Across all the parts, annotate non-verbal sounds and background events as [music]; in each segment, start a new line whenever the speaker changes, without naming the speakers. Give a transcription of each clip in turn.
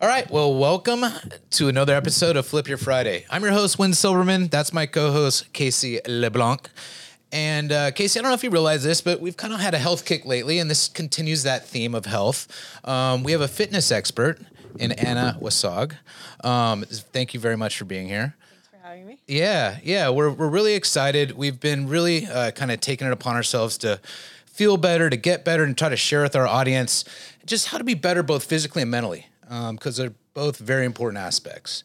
All right. Well, welcome to another episode of Flip Your Friday. I'm your host, Win Silverman. That's my co host, Casey LeBlanc. And uh, Casey, I don't know if you realize this, but we've kind of had a health kick lately, and this continues that theme of health. Um, we have a fitness expert in Anna Wasag. Um, thank you very much for being here.
Thanks for having me.
Yeah, yeah, we're we're really excited. We've been really uh, kind of taking it upon ourselves to feel better, to get better, and try to share with our audience just how to be better both physically and mentally, because they're both very important aspects.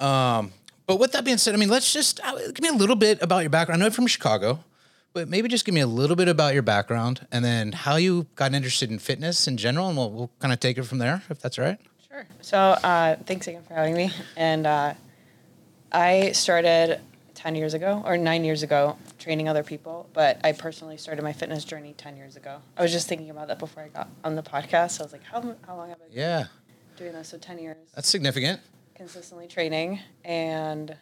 Um, but with that being said, I mean, let's just uh, give me a little bit about your background. I know you're from Chicago, but maybe just give me a little bit about your background and then how you got interested in fitness in general, and we'll, we'll kind of take it from there, if that's all right.
Sure. So uh, thanks again for having me. And uh, I started 10 years ago or nine years ago training other people, but I personally started my fitness journey 10 years ago. I was just thinking about that before I got on the podcast. I was like, how, how long have I been
Yeah,
doing this? So 10 years
that's significant.
consistently training. And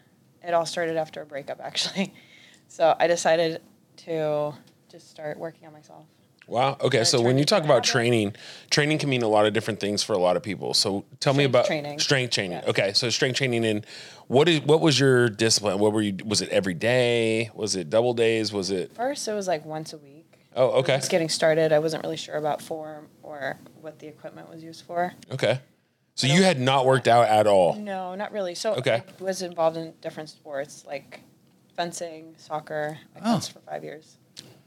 it all started after a breakup, actually. [laughs] So I decided to just start working on myself.
Wow. Okay. So
turn
when you
into
talk
a
about
habit.
training, training can mean a lot of different things for a lot of people. So tell me
Strength
about
training.
strength training.
Yeah.
Okay. So strength training and what is what was your discipline? What were you? Was it every day? Was it double days? Was it?
First, it was like once a week.
Oh, okay.
Just getting started. I wasn't really sure about form or what the equipment was used for.
Okay. So you had not worked out at all.
No, not really. So
Okay.
I was involved in different sports like fencing, soccer. I
Oh.
fenced for five years.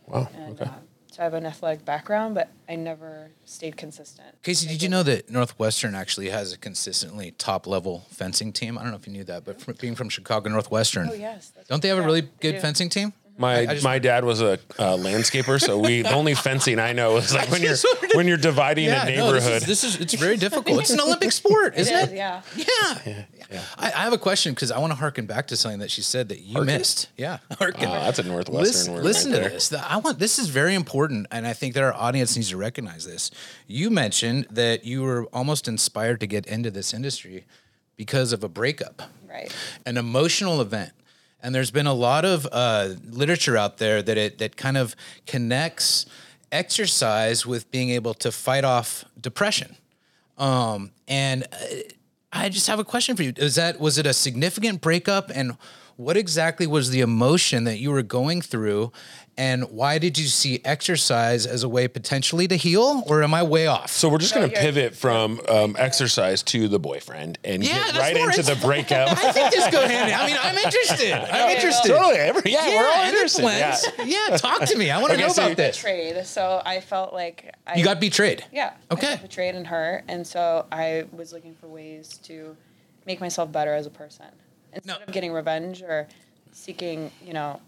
Wow.
And
Okay.
uh, so I have an athletic background, but I never stayed consistent.
Casey, did you know that Northwestern actually has a consistently top level fencing team? I don't know if you knew that, but from, being from Chicago Northwestern,
Oh, yes. that's-
don't they have a
yeah,
really
they
good
do.
fencing team?
My
I just-
my dad was a uh, landscaper, so we the only fencing I know
[laughs]
is like when you're
just wanted to-
when you're dividing a
no, this is-
neighborhood.
this, is, it's very difficult. It's an Olympic
[laughs]
sport, isn't
is,
it?
yeah.
Yeah. I, I have a question because I want to harken back to something that she said that you missed. Yeah, harken.
Wow, Oh, that's a Northwestern
Listen,
word
listen
right
to
there.
this. The- I want this is very important, and I think that our audience needs to recognize this. You mentioned that you were almost inspired to get into this industry because of a breakup.
Right.
an emotional event. And there's been a lot of uh, literature out there that it that kind of connects exercise with being able to fight off depression. Um, and uh, I just have a question for you: Is that was it a significant breakup, and what exactly was the emotion that you were going through, and why did you see exercise as a way potentially to heal, or am I way off?
So we're just going to
you're-
pivot from um, exercise to the boyfriend and
Yeah,
get
that's
right
more
into the
interesting.
breakup.
I think this go hand. in- I mean, I'm [laughs] interested. I'm interested.
Totally. Every, yeah, we're all
and it
interested. Yeah.
blends. Yeah. talk to me. I want to
Okay,
know
so-
about this.
Trade. So I felt like I
You got betrayed.
Yeah.
Okay.
I felt betrayed and hurt, and so I was looking for ways to make myself better as a person instead
No.
of getting revenge or seeking, you know,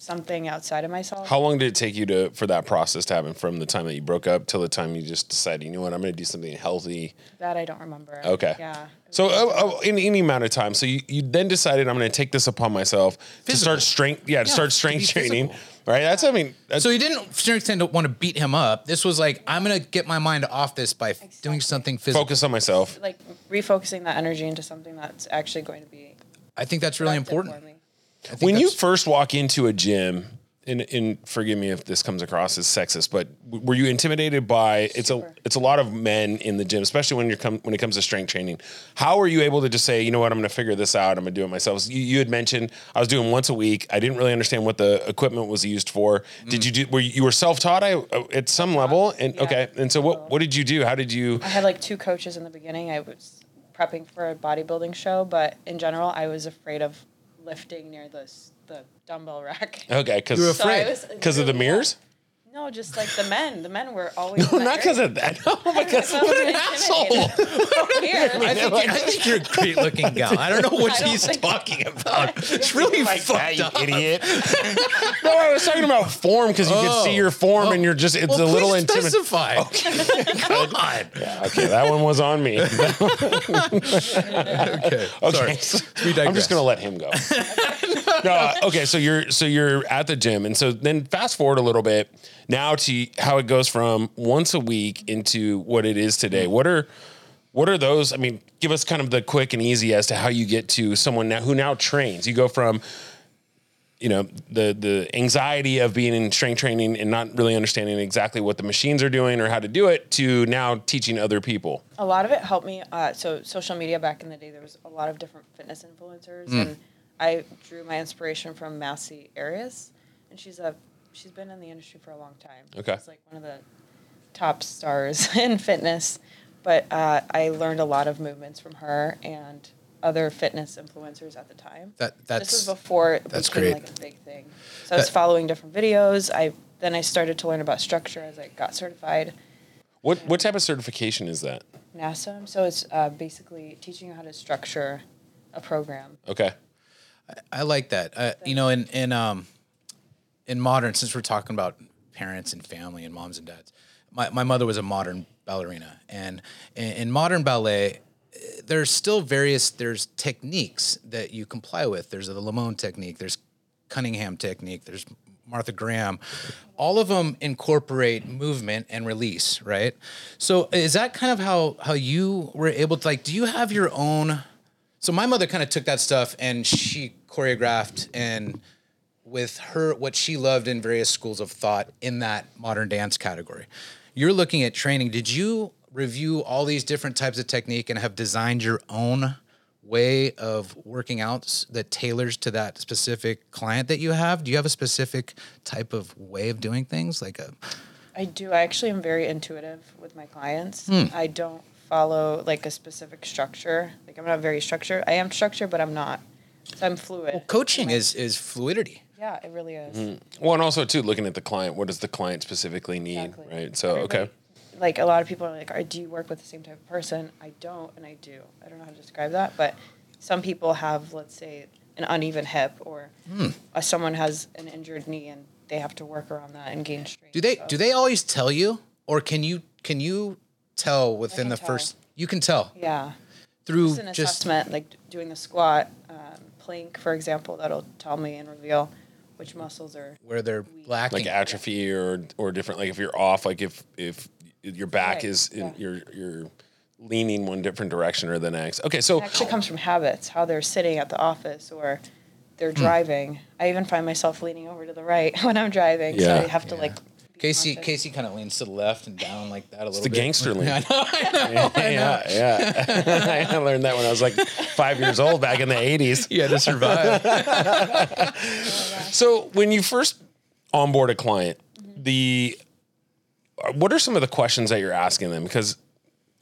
something outside of myself.
How long did it take you to for that process to happen from the time that you broke up till the time you just decided, you know what, I'm going to do something healthy?
that I don't remember.
Okay.
Yeah. It was
So uh, uh, in any amount of time, so you, you then decided I'm going to take this upon myself to
Physical.
start strength. Yeah, to
Yeah,
start
to
strength
be
training.
physical.
Right. That's I mean. That's,
So you didn't tend to want to beat him up. This was like, I'm going to get my mind off this by f- doing something physical.
focus on myself.
like refocusing that energy into something that's actually going to be
I think that's really
productive
important.
For me.
I think
When you
that's-
first walk into a gym. And, and forgive me if this comes across as sexist, but w- were you intimidated by it's
Super.
a it's a lot of men in the gym, especially when you're come when it comes to strength training. How are you able to just say, you know what, I'm going to figure this out. I'm going to do it myself. You, you had mentioned I was doing once a week. I didn't really understand what the equipment was used for.
Mm.
Did you do? Were you, you were self taught? I uh, at some level, and
Yeah.
okay. And so what what did you do? How did you?
I had like two coaches in the beginning. I was prepping for a bodybuilding show, but in general, I was afraid of lifting near the s- the dumbbell
[laughs]
rack.
Okay, because
You were
So I
afraid?
was-
because of the mirrors.
No, just like the men. The men
[laughs]
were always.
No,
[laughs]
not because of that. [laughs] No, because
What
an asshole.
[laughs]
[laughs]
I think, you- I think you're a great looking gal. I don't know what
I don't
he's
think-
talking about.
[laughs]
It's [laughs] really fucked up. [laughs]
you idiot. no, I was talking about form because you
Oh.
could see your form and you're just, it's
Well,
a little
please
intimidating.
specify. [laughs] Come on.
Okay, that one was on me. okay.
Sorry. We
I'm
digress.
just going to let him go. no, uh, okay, so you're so you're at the gym and so then fast forward a little bit now to how it goes from once a week into what it is today. What are what are those? I mean, give us kind of the quick and easy as to how you get to someone now who now trains. You go from you know the the anxiety of being in strength training and not really understanding exactly what the machines are doing or how to do it to now teaching other people.
a lot of it helped me. Uh, so social media back in the day, there was a lot of different fitness influencers,
Mm.
and I drew my inspiration from Massey Arias, and she's a she's been in the industry for a long time.
Okay.
she's like one of the top stars [laughs] in fitness. But uh, I learned a lot of movements from her and other fitness influencers at the time.
That-
this
that's-
was before it
that's
became
great.
like a big thing. So I was following different videos. I then I started to learn about structure as I got certified.
What what type of certification is that?
NASM. So it's uh, basically teaching you how to structure a program.
Okay.
I like that. Uh, you know, in in um, in modern, since we're talking about parents and family and moms and dads, my, my mother was a modern ballerina, and in, in modern ballet, eh, there's still various there's techniques that you comply with. There's the Lamone technique. There's Cunningham technique. There's Martha Graham. All of them incorporate movement and release, right? So is that kind of how how you were able to like? Do you have your own? So my mother kind of took that stuff and she choreographed and with her what she loved in various schools of thought in that modern dance category. You're looking at training. Did you review all these different types of technique and have designed your own way of working out that tailors to that specific client that you have? Do you have a specific type of way of doing things like a
I do. I actually am very intuitive with my clients.
Hmm.
I don't follow like a specific structure. Like I'm not very structured. I am structured, but I'm not. So I'm fluid.
coaching is is fluidity.
Yeah, it really is.
Hmm.
Well, and also too looking at the client. What does the client specifically need?
Exactly.
Right. So okay.
Like a lot of people are like, "Are- "Do you work with the same type of person?" I don't, and I do. I don't know how to describe that, but some people have, let's say, an uneven hip, or
Hmm.
uh, someone has an injured knee, and they have to work around that and gain strength.
Do they
So-
do they always tell you, or can you can you tell within
can
the
tell.
first? You can tell
Yeah.
through
It's an
just
assessment, like doing the squat, um, plank, for example, that'll tell me and reveal which muscles are.
where they're lacking.
Like atrophy or or different. Like if you're off. Like if if your back
Right,
is in,
yeah.
you're you're leaning one different direction or the next. Okay. So
It actually comes from habits, how they're sitting at the office or
Hmm.
they're driving. I even find myself leaning over to the right [laughs] when I'm driving, so
Yeah.
I have to like. be
Casey
conscious.
Casey kind of leans to the left and down like that a little
the
bit. [laughs]
gangster lean.
I know, I know.
[laughs] yeah, yeah. [laughs] I learned that when I was like five years old back in the eighties.
You had to
[laughs]
survive.
So when you first onboard a client, the what are some of the questions that you're asking them? Because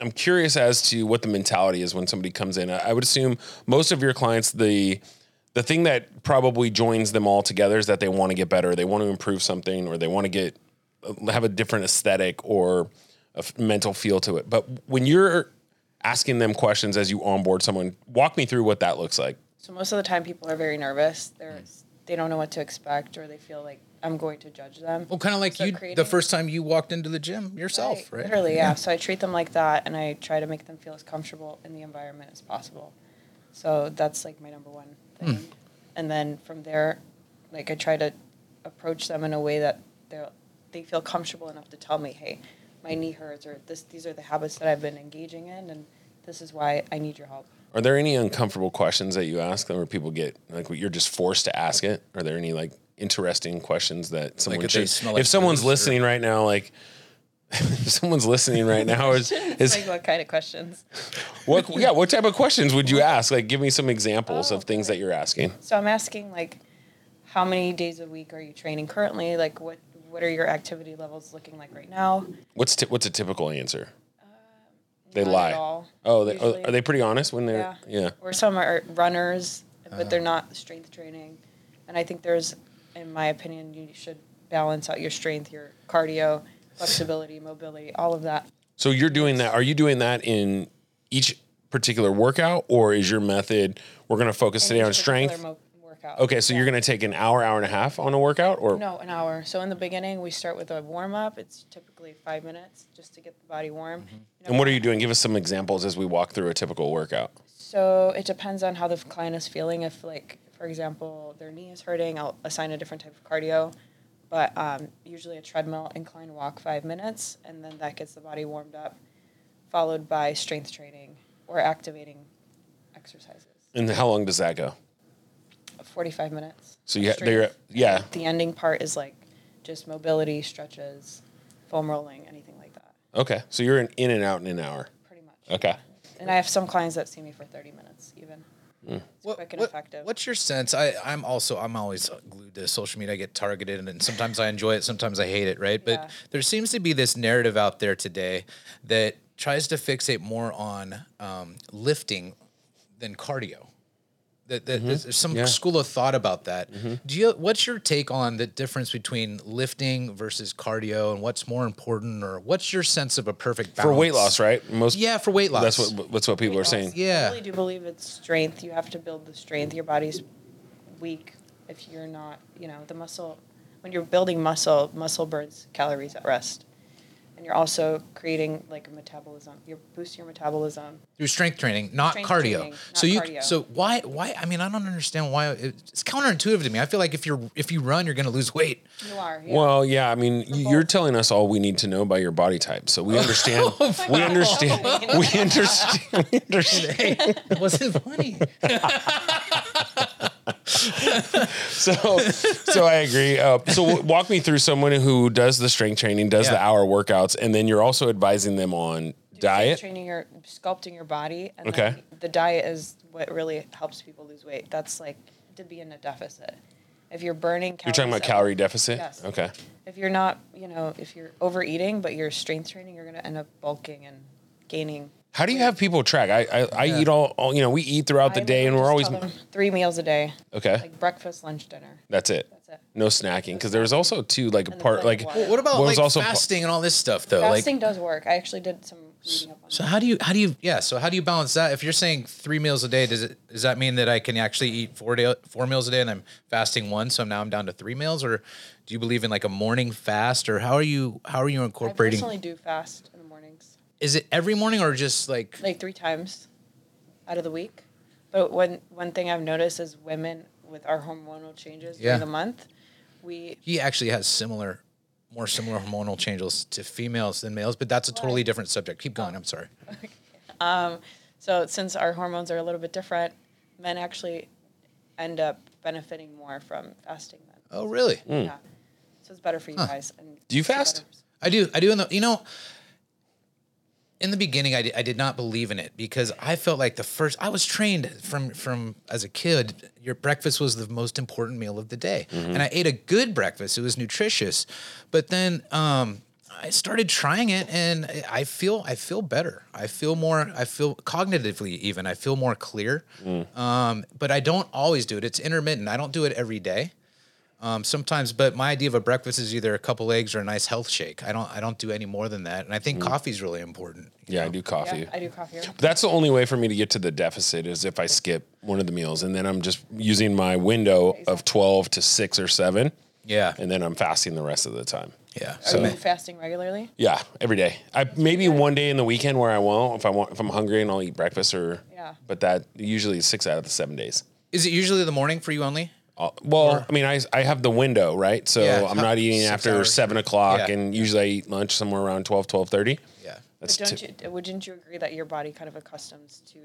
I'm curious as to what the mentality is when somebody comes in. I, I would assume most of your clients the the thing that probably joins them all together is that they want to get better, they want to improve something, or they want to get have a different aesthetic or a f- mental feel to it. But when you're asking them questions as you onboard someone, walk me through what that looks like.
So most of the time, people are very nervous. They're they don't know what to expect, or they feel like I'm going to judge them.
well, kind of like
Start
you
creating.
the first time you walked into the gym yourself, right?
Literally, yeah. So I treat them like that, and I try to make them feel as comfortable in the environment as possible. So that's like my number one thing.
Hmm.
And then from there, like I try to approach them in a way that they are they feel comfortable enough to tell me, "Hey, my knee hurts," or "This these are the habits that I've been engaging in, and this is why I need your help."
Are there any uncomfortable questions that you ask them where people get like you're just forced to ask it? Are there any like interesting questions that someone
if they
should
smell
if
like
someone's
booze or-
listening right now, like [laughs] if someone's listening right
[laughs]
now is is
like what kind of questions?
what yeah, what type of questions would you ask? Like give me some examples
Oh,
of things that you're asking.
So I'm asking like, how many days a week are you training currently? Like what what are your activity levels looking like right now?
What's ti what's a typical answer? They
Uh, Not at
lie.
all,
oh, they,
usually.
are they pretty honest when
Yeah.
they're yeah. Uh-huh.
Or some are runners, but they're not strength training. And I think there's, in my opinion, you should balance out your strength, your cardio, flexibility, mobility, all of that.
So you're doing that. Are you doing that in each particular workout or is your method we're going to focus today on
Each particular
strength?
mo- workout.
Okay, so
Yeah.
you're going to take an hour, hour and a half on a workout, or
No, an hour. So in the beginning, we start with a warm up. It's typically five minutes just to get the body warm. You know,
Mm-hmm. and what are you doing? Give us some examples as we walk through a typical workout.
So it depends on how the client is feeling. If like, for example, their knee is hurting, I'll assign a different type of cardio. But um, usually a treadmill incline walk five minutes, and then that gets the body warmed up, followed by strength training or activating exercises.
And how long does that go?
45 minutes.
So you ha-
straight.
they're yeah.
The ending part is like just mobility, stretches, foam rolling, anything like that,
Okay. So you're in, in and out in an hour.
pretty much.
Okay.
And I have some clients that see me for 30 minutes even.
Hmm.
It's quick and effective.
What's your sense? I, I'm also I'm always glued to social media. I get targeted, and, and sometimes I enjoy it, sometimes I hate it. Right,
Yeah.
but there seems to be this narrative out there today that tries to fixate more on um, lifting than cardio. That, that there's- there's some
Mm-hmm. Yeah. Mm-hmm.
school of thought about that. Do you? What's your take on the difference between lifting versus cardio, and what's more important, or what's your sense of a perfect balance
For weight loss, right? Most
Yeah, for weight loss.
That's what that's what people are saying.
Yeah.
I really do believe it's strength. You have to build the strength. Your body's weak if you're not, you know, the muscle. When you're building muscle, muscle burns calories at rest, and you're also creating like a metabolism. You're boosting your metabolism.
through strength training, not
Strength
cardio.
training, not
so you
cardio.
so why why I mean I don't understand why it's counterintuitive to me. I feel like if you're if you run you're going to lose weight.
You are. Yeah.
Well, yeah, I mean, y-
both.
you're telling us all we need to know by your body type,
[laughs]
so we understand.
Oh
we understand. [laughs] We understand. We understand.
It wasn't [laughs] funny.
So, so I agree. Uh, so, w- walk me through someone who does the strength training, does the
Yeah.
hour workouts, and then you're also advising them on diet.
Training your sculpting your body. And
Okay.
then The diet is what really helps people lose weight. That's like to be in a deficit. If you're burning,
You're talking about
at-
calorie deficit.
Yes.
Okay.
if you're not, you know, if you're overeating but you're strength training, you're going to end up bulking and gaining.
How do you have people track? I I, I
Yeah.
eat all, all. You know, we eat throughout the
I
day, and
just
we're always
tell them three meals a day,
okay.
like breakfast, lunch, dinner.
that's it.
That's it.
No snacking because there was also too like a
And the
part
plenty of
like
water.
well, what about
Well, it's
like
also-
fasting and all this stuff though?
Fasting
Like
does work. I actually did some reading up on
so
that.
how do you how do you yeah, so how do you balance that? If you're saying 3 meals a day, does it does that mean that I can actually eat 4 day, 4 meals a day and I'm fasting one, so now I'm down to 3 meals or do you believe in like a morning fast or how are you how are you
I
incorporating
personally do fast in the mornings,
Is it every morning or just like
like three times out of the week. But one one thing I've noticed is women with our hormonal changes
Yeah.
during the month, we
he actually has similar more similar hormonal changes to females than males but that's a totally different subject keep going i'm sorry
So since our hormones are a little bit different, men actually end up benefiting more from fasting than
oh really
yeah. So it's better for you guys. And
Do you
it's better-
fast?
i do i do in the you know in the beginning I did, I did not believe in it because i felt like the first i was trained from from as a kid your breakfast was the most important meal of the day and i ate a good breakfast it was nutritious but then um i started trying it and I- i feel i feel better i feel more i feel cognitively even i feel more clear um but i don't always do it it's intermittent i don't do it every day um, sometimes, but my idea of a breakfast is either a couple eggs or a nice health shake. I don't, I don't do any more than that, and I think coffee's really important.
Mm-hmm. yeah, I do coffee.
Yeah, I do coffee.
But That's the only way for me to get to the deficit is if I skip one of the meals and then I'm just using my window of 12 to 6 or 7
Yeah,
and then I'm fasting the rest of the time.
yeah.
Are
So,
you fasting regularly?
Yeah, every day. I maybe one day in the weekend where I won't if I want if I'm hungry and I'll eat breakfast or
Yeah.
but that usually is 6 out of the 7 days.
is it usually the morning for you only?
Uh, Well, I mean, I, I have the window, right? So
Yeah,
I'm
how-
not eating
six
after
hours.
7 o'clock
Yeah.
and usually I eat lunch somewhere around 12, 12.30.
Yeah.
That's
But don't
t-
you? Wouldn't you agree that your body kind of accustoms to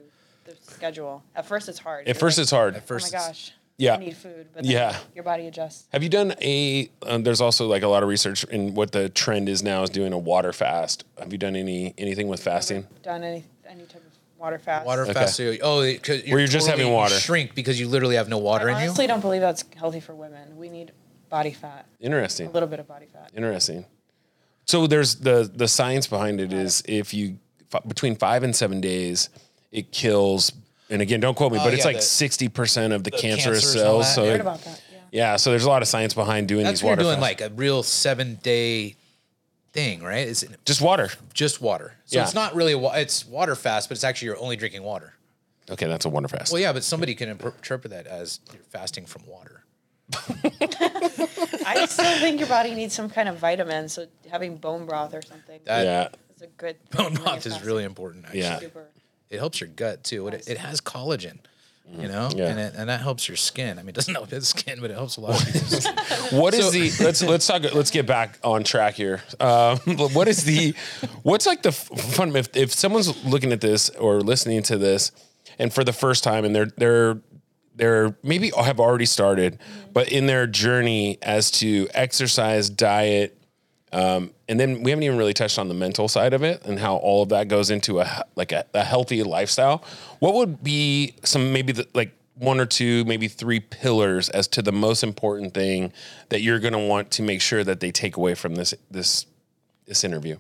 the schedule? At first, it's hard.
At first it's hard.
Oh my
First it's-
gosh.
Yeah.
I need food, but then
Yeah.
your body adjusts.
Have you done a? Um, there's also like a lot of research in what the trend is now is doing a water fast. Have you done any anything with fasting?
Done any any type of water fast?
Water fast. So, oh, it- 'cause
you're just having
you
water.
Shrink because you literally have no water
I
in you.
honestly don't believe that's healthy for women. We need body fat,
Interesting.
a little bit of body fat.
Interesting. So there's the the science behind it is if you f- between five and seven days, it kills. And again, don't quote me, but it's
Oh, yeah,
like
the-
sixty percent of the, cancerous
cancers and all
cells.
that.
So
I
I
it-
heard about that. Yeah.
yeah, so there's a lot of science behind doing
That's
these
what you're
water
doing,
fasts.
like a real seven day thing, right? Is it
just water.
just water? So
Yeah.
it's not really wa- it's water fast, but it's actually you're only drinking water.
Okay, that's a water fast.
Well, yeah, but somebody can imp- interpret that as you're fasting from water. [laughs]
I
[laughs]
still think your body needs some kind of vitamin, so having bone broth or something
That-
yeah,
is a good thing
Bone
when you're
broth Oh, is
fasting.
really important. Actually.
Yeah.
super.
it helps your gut too. It, it has collagen,
Mm-hmm.
you know,
Yeah.
and it, and that helps your skin. I mean, it doesn't [laughs] help his skin, but it helps a lot. of people's
[laughs]
skin.
What is the let's let's talk let's get back on track here. Um, [laughs] but what is the what's like the f- fun if if someone's looking at this or listening to this and for the first time and they're they're they're maybe have already started, but in their journey as to exercise, diet, um, and then we haven't even really touched on the mental side of it and how all of that goes into a he- like a, a healthy lifestyle. What would be some maybe the, like one or two, maybe three pillars as to the most important thing that you're going to want to make sure that they take away from this this this interview?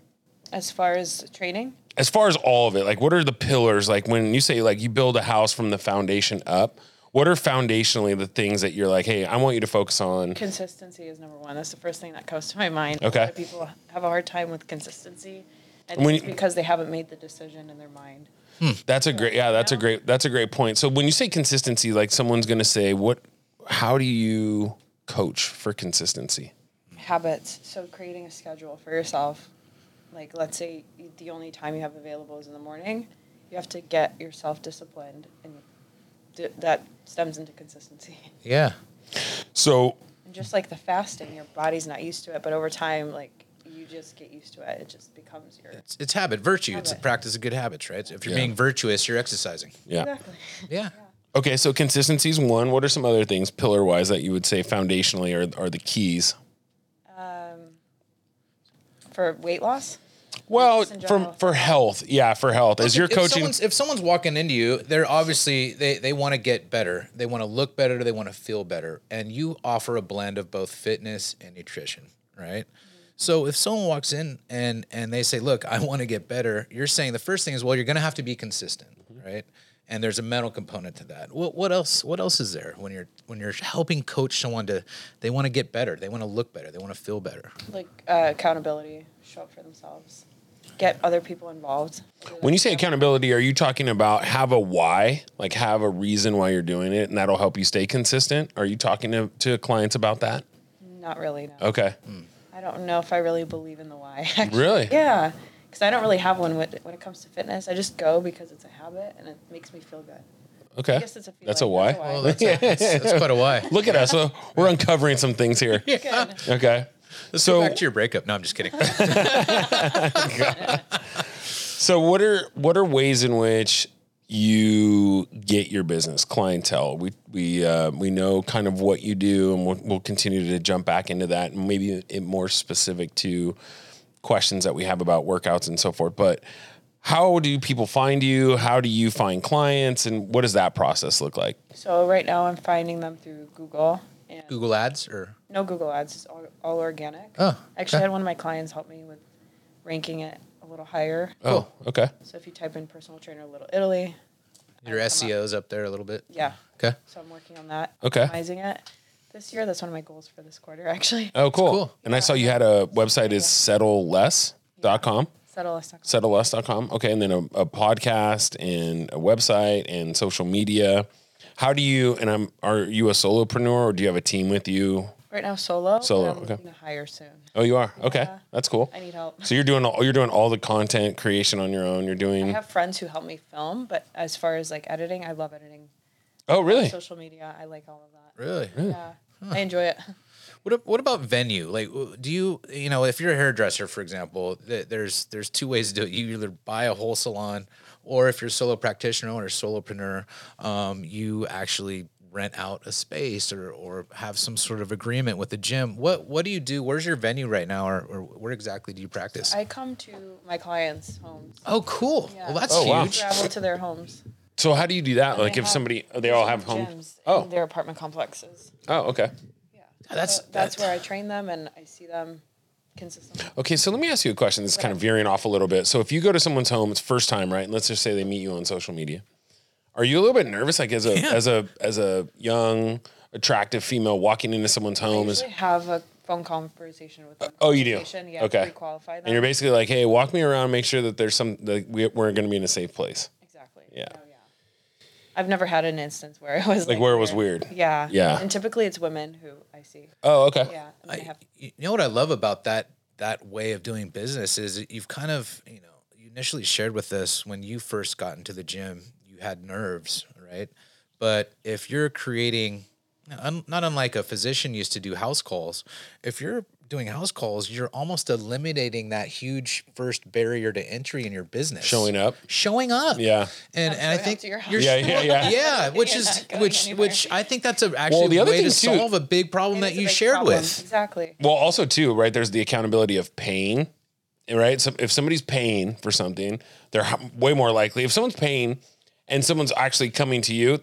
As far as training,
as far as all of it, like what are the pillars? Like when you say like you build a house from the foundation up, what are foundationally the things that you're like, hey, I want you to focus on?
consistency is number one. That's the first thing that comes to my mind.
Okay.
A lot of people have a hard time with consistency, and
When
it's
you-
because they haven't made the decision in their mind.
That's a great, yeah, that's a great, that's a great point. So when you say consistency, like someone's gonna say, what, how do you coach for consistency?
habits. So creating a schedule for yourself. Like let's say you- the only time you have available is in the morning. You have to get yourself disciplined, and th- that stems into consistency. [laughs]
Yeah.
So
And just like the fasting, your body's not used to it, but over time, like you just get used to it. It just becomes your
It's, it's habit, virtue. It's a
Habit.
practice of good habits, right? If you're
Yeah.
being virtuous, you're exercising.
yeah,
exactly. [laughs]
Yeah.
okay. So consistency is one. What are some other things pillar wise that you would say foundationally are are the keys?
for weight loss.
Well,
Just in general.
for for health, yeah, for health. As you're
If
coaching,
someone's, if someone's walking into you, they're obviously they they want to get better. They want to look better. They want to feel better. And you offer a blend of both fitness and nutrition, right? So if someone walks in and and they say, "Look, I want to get better," you're saying the first thing is, "Well, you're going to have to be consistent," right? And there's a mental component to that. What what else? What else is there when you're when you're helping coach someone to they want to get better, they want to look better, they want to feel better.
Like uh, accountability, show up for themselves, get other people involved.
When you say accountability, are you talking about have a why, like have a reason why you're doing it, and that'll help you stay consistent? Are you talking to, to clients about that?
not really. No.
Okay,
I don't know if I really believe in the why. [laughs] actually.
Really?
Yeah, because I don't really have one when when it comes to fitness. I just go because it's a habit and it makes me feel good.
okay,
guess it's a feeling.
that's a why.
That's a why. Well,
That's, a, that's, that's quite a why.
Look at us, uh, we're uncovering some
[laughs]
things here. [laughs] Okay,
Go
so
back to your breakup. No, I'm just [laughs] kidding.
so what are what are ways in which you get your business clientele? We we uh, we know kind of what you do, and we'll, we'll continue to jump back into that, and maybe it more specific to questions that we have about workouts and so forth. But how do people find you? How do you find clients, and what does that process look like?
So right now I'm finding them through Google and
Google Ads or
no Google ads. It's all, all organic.
Oh, okay.
actually, I had one of my clients help me with ranking it a little higher.
Oh, okay.
So if you type in personal trainer Little Italy,
your SEOs up there a little bit.
yeah.
Okay.
So I'm working on that.
Okay.
Optimizing it this year. That's one of my goals for this quarter [laughs] actually.
Oh, cool.
cool.
And I saw you had a website is settleless.com.
Settle us. down.
settleless.com. Okay. And then a, a podcast and a website and social media. How do you, and I'm, are you a solopreneur or do you have a team with you?
Right now solo. but
Solo,
I'm
okay.
looking to hire soon.
Oh, you are. Okay. That's cool.
I need help.
So you're doing all, you're doing all the content creation on your own. You're
I
doing,
have friends who help me film, but as far as like editing, I love editing.
oh, really?
Social media, I like all of that.
Really?
Yeah, I enjoy it.
What ab- What about venue? Like, w- do you you know if you're a hairdresser, for example, th- there's there's two ways to do it. You either buy a whole salon, or if you're a solo practitioner or solopreneur, um, you actually rent out a space or or have some sort of agreement with the gym. What What do you do? Where's your venue right now, or, or where exactly do you practice?
I come to my clients' homes.
oh, cool.
Yeah.
Well, that's
Oh, wow.
huge.
Travel to their homes.
So how do you do that? Like
they
if
have-
somebody, they all have home.
gyms
Oh.
in their apartment complexes.
Oh, okay.
Yeah,
That's-
So that's
that's-
where I train them and I see them consistently.
Okay, so let me ask you a question that's kind of veering off a little bit. So if you go to someone's home, it's first time, right? And let's just say they meet you on social media. Are you a little bit nervous like as a as a as a young attractive female walking into someone's home is
Usually have a phone conversation with them.
Oh, you do?
Conversation, Yeah,
Okay.
pre-qualify them.
and you're basically like, "Hey, walk me around, make sure that there's some that we, we're going to be in a safe place."
Exactly.
Yeah.
Oh, yeah. I've never had an instance where it was
Like where it was weird.
Yeah.
Yeah.
And typically it's women who I see.
Oh, okay.
Yeah. And they have
you know what I love about that that way of doing business is that you've kind of you know you initially shared with us when you first got into the gym you had nerves right but if you're creating un- not unlike a physician used to do house calls if you're doing house calls, you're almost eliminating that huge first barrier to entry in your business.
Showing up.
Showing up.
Yeah.
And, and I
showing up
think
to your house.
you're
Yeah, yeah, yeah.
yeah, which
[laughs] You're
is
not going
which
anywhere.
which I think that's a actually
the other
way to
thing, too-
solve a big problem that
It's a
you
big
shared
problem.
with.
Exactly. [laughs]
Well, also too, right? There's the accountability of paying, right? So if somebody's paying for something, they're h- way more likely. If someone's paying and someone's actually coming to you,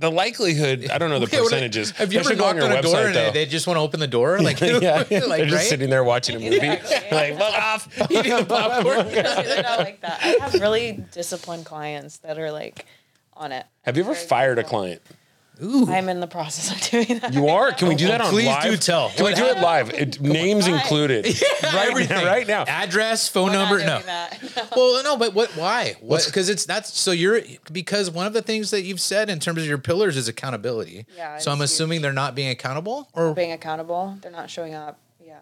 the likelihood I
[laughs]
don't know the
Yeah, what-
percentages.
Have you ever
Especially
knocked
going
on a
your
door
website,
and
though.
they, they just want to open the
[laughs]
door? Like, [laughs]
yeah,
like,
they're
[laughs]
just
right?
sitting there watching a movie.
Exactly.
[laughs] like,
[laughs]
well, off. Eating the popcorn.
They're not like that. I have really disciplined clients that are like on it.
Have you ever fired a client?
Ooh.
I'm in the process of [laughs] doing that.
You are? Can we do that on
Please
live?
do tell.
Can we do it live? It, names
live.
[laughs]
included. right now. Right now.
Address, phone
We're not
number.
doing
No.
that. [laughs]
Well, no, but what? Why? What? Because it's that's so you're because one of the things that you've said in terms of your pillars is accountability.
Yeah,
So I'm
it's
assuming they're not being accountable, or
Being accountable, they're not showing up. Yeah.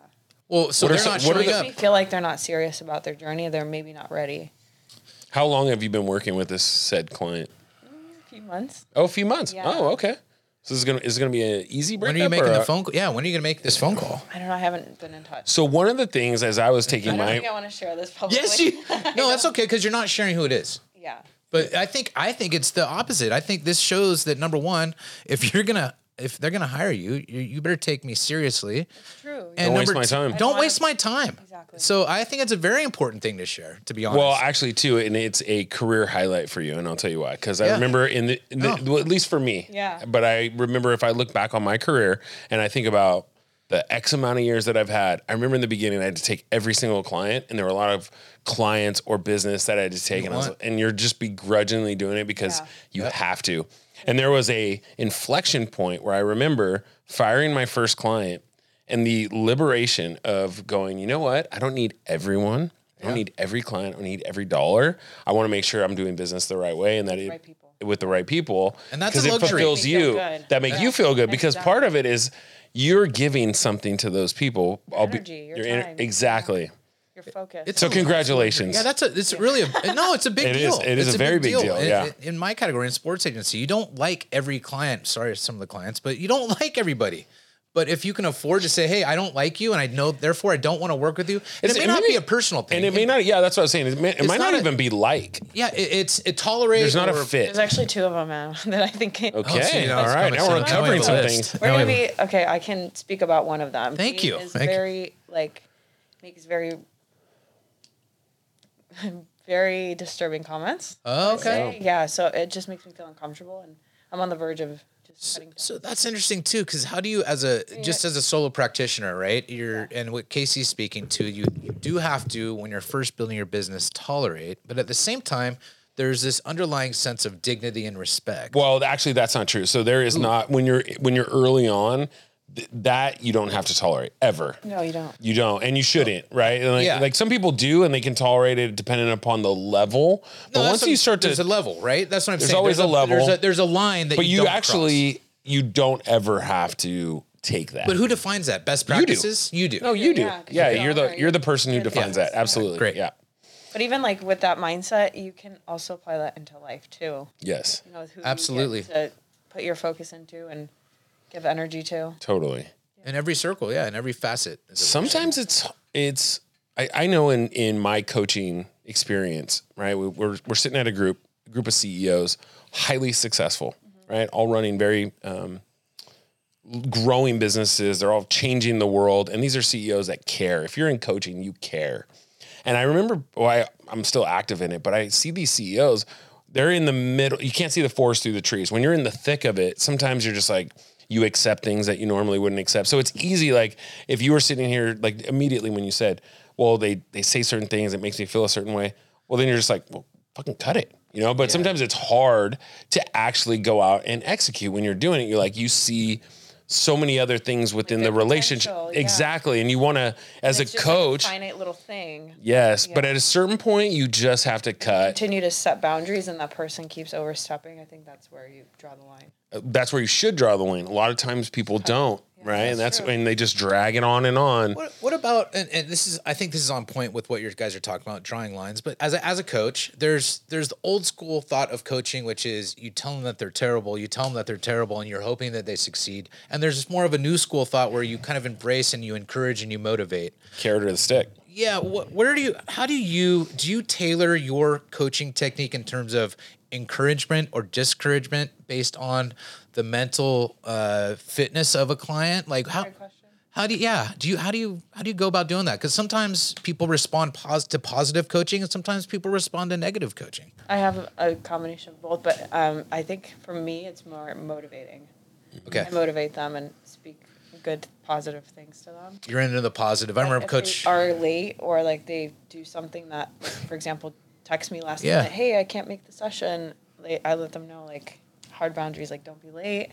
well, so
What are
they're
some-
not
what are
showing
the-
up.
They feel like they're not serious about their journey. They're maybe not ready.
How long have you been working with this said client?
A few months.
Oh, a few months.
Yeah.
Oh, okay. So this is gonna is it gonna be an easy
When
breakup.
are you
or
making the
a-
phone call? Yeah, when are you going to make this phone call?
I don't know. I haven't been in touch.
So one of the things as I was taking
I don't
my
think I want to share this publicly.
Yes,
[laughs]
you. No, that's okay because you're not sharing who it is.
yeah.
But I think I think it's the opposite. I think this shows that number one, if you're gonna if they're gonna hire you, you, you better take me seriously.
True.
And
Don't waste
number
my
two-
time. I
Don't,
don't
wanna-
waste my time.
Exactly.
So I think it's a very important thing to share. To be honest.
well, actually, too, and it's a career highlight for you, and I'll tell you why. Because I
Yeah.
remember in the, in the
Oh.
well, at least for me,
Yeah.
But I remember if I look back on my career and I think about the X amount of years that I've had, I remember in the beginning I had to take every single client, and there were a lot of clients or business that I had to take, and I was,
want-
and you're just begrudgingly doing it because
Yeah.
you have to. And there was a inflection point where I remember firing my first client and the liberation of going, you know what? I don't need everyone. I don't need every client. I don't need every dollar. I want to make sure I'm doing business the right way and that it,
right people.
with the right people.
And that's
'Cause
a
it
luxury.
fulfills
Make you feel
you
good.
that make you feel good because part of it is you're giving something to those people. Your
energy, your time.
exactly.
Your focus.
It's
So congratulations.
Yeah, that's a. It's really a. No, it's a big
It is-
deal.
it is
It's
a very big deal,
In-
yeah.
in- In my category, in sports agency, you don't like every client. Sorry, some of the clients, but you don't [laughs] like everybody. But if you can afford to say, "Hey, I don't like you, and I know, therefore, I don't want to work with you," and
It's-
it may
it
not
may-
be a personal thing,
and it may not. Yeah, that's what I was saying. It, may, it might
not a-
not, even be like.
Yeah, it, it's it tolerates.
There's not a
or-
fit.
There's actually two of them now [laughs] that I think. Okay.
Okay.
so, you know,
All
it's
right.
kinda
Now we're
similar.
covering some
Now we have a
things.
list.
We're
Now we
gonna
have a-
be okay. I can speak about one of them.
Thank
he
you.
Is
Thank you.
very like makes very [laughs] very disturbing comments.
Oh,
I'd
okay.
say. Yeah. So it just makes me feel uncomfortable, and I'm on the verge of just cutting.
So that's interesting too, because how do you, as a just as a solo practitioner, right? You're and what Casey's speaking to, you, you do have to when you're first building your business tolerate, but at the same time, there's this underlying sense of dignity and respect.
Well, actually, that's not true. So there is not when you're when you're early on th- that you don't have to tolerate ever.
No, you don't.
You don't, and you shouldn't, right? And like,
Yeah.
like some people do, and they can tolerate it depending upon the level. But
No, that's
once
what-
you start
there's a
to,
level, right? That's what I'm
There's
saying.
always a level.
There's a, there's a line that,
but you
don't cross.
actually you don't ever have to take that.
But who defines that? Best
do.
practices? You do.
No, you do.
Yeah,
Yeah,
'cause you're
you're
already-
the you're the person who
you're the
defines
boss.
that. Absolutely.
Great.
Yeah.
But even like with that mindset, you can also apply that into life too.
Yes.
You know, with who
Absolutely.
You get to put your focus into and give energy to.
Totally.
In every circle, yeah, in every facet. is a-
sometimes it's it's I, I know in in my coaching experience right we, we're we're sitting at a group a group of ceos highly successful right all running very um, growing businesses they're all changing the world and these are ceos that care if you're in coaching you care and i remember why i'm still active in it but i see these ceos they're in the middle you can't see the forest through the trees when you're in the thick of it sometimes you're just like you accept things that you normally wouldn't accept so it's easy like if you were sitting here like immediately when you said well they they say certain things it makes me feel a certain way well then you're just like well fucking cut it you know but sometimes it's hard to actually go out and execute when you're doing it you're like you see so many other things within
the
the relationship
potential, yeah.
exactly and you want to as
It's
a
just like
coach
finite little thing.
yes but at a certain point you just have to cut
Continue to set boundaries, and that person keeps overstepping. I think that's where you draw the line.
that's where you should draw the line a lot of times people don't right? and that's and they just drag it on and on.
What, what about and, and this is I think this is on point with what you guys are talking about drawing lines. But as a, as a coach, there's there's the old school thought of coaching, which is you tell them that they're terrible, you tell them that they're terrible, and you're hoping that they succeed. And there's more of a new school thought where you kind of embrace and you encourage and you motivate.
Carrot or the stick.
Yeah, wh- where do you how do you do you tailor your coaching technique in terms of encouragement or discouragement based on the mental uh, fitness of a client? Like how
question.
how do you, yeah do you how do you how do you go about doing that? Because sometimes people respond pos- to positive coaching and sometimes people respond to negative coaching.
I have a combination of both, but um, I think for me, it's more motivating.
Okay,
I motivate them and speak good, positive things to them.
you're into the positive. I remember
if
coach.
they are late or like they do something that, like, for example, text me last
Yeah.
minute, hey, I can't make the session. They, I let them know like hard boundaries, like don't be late,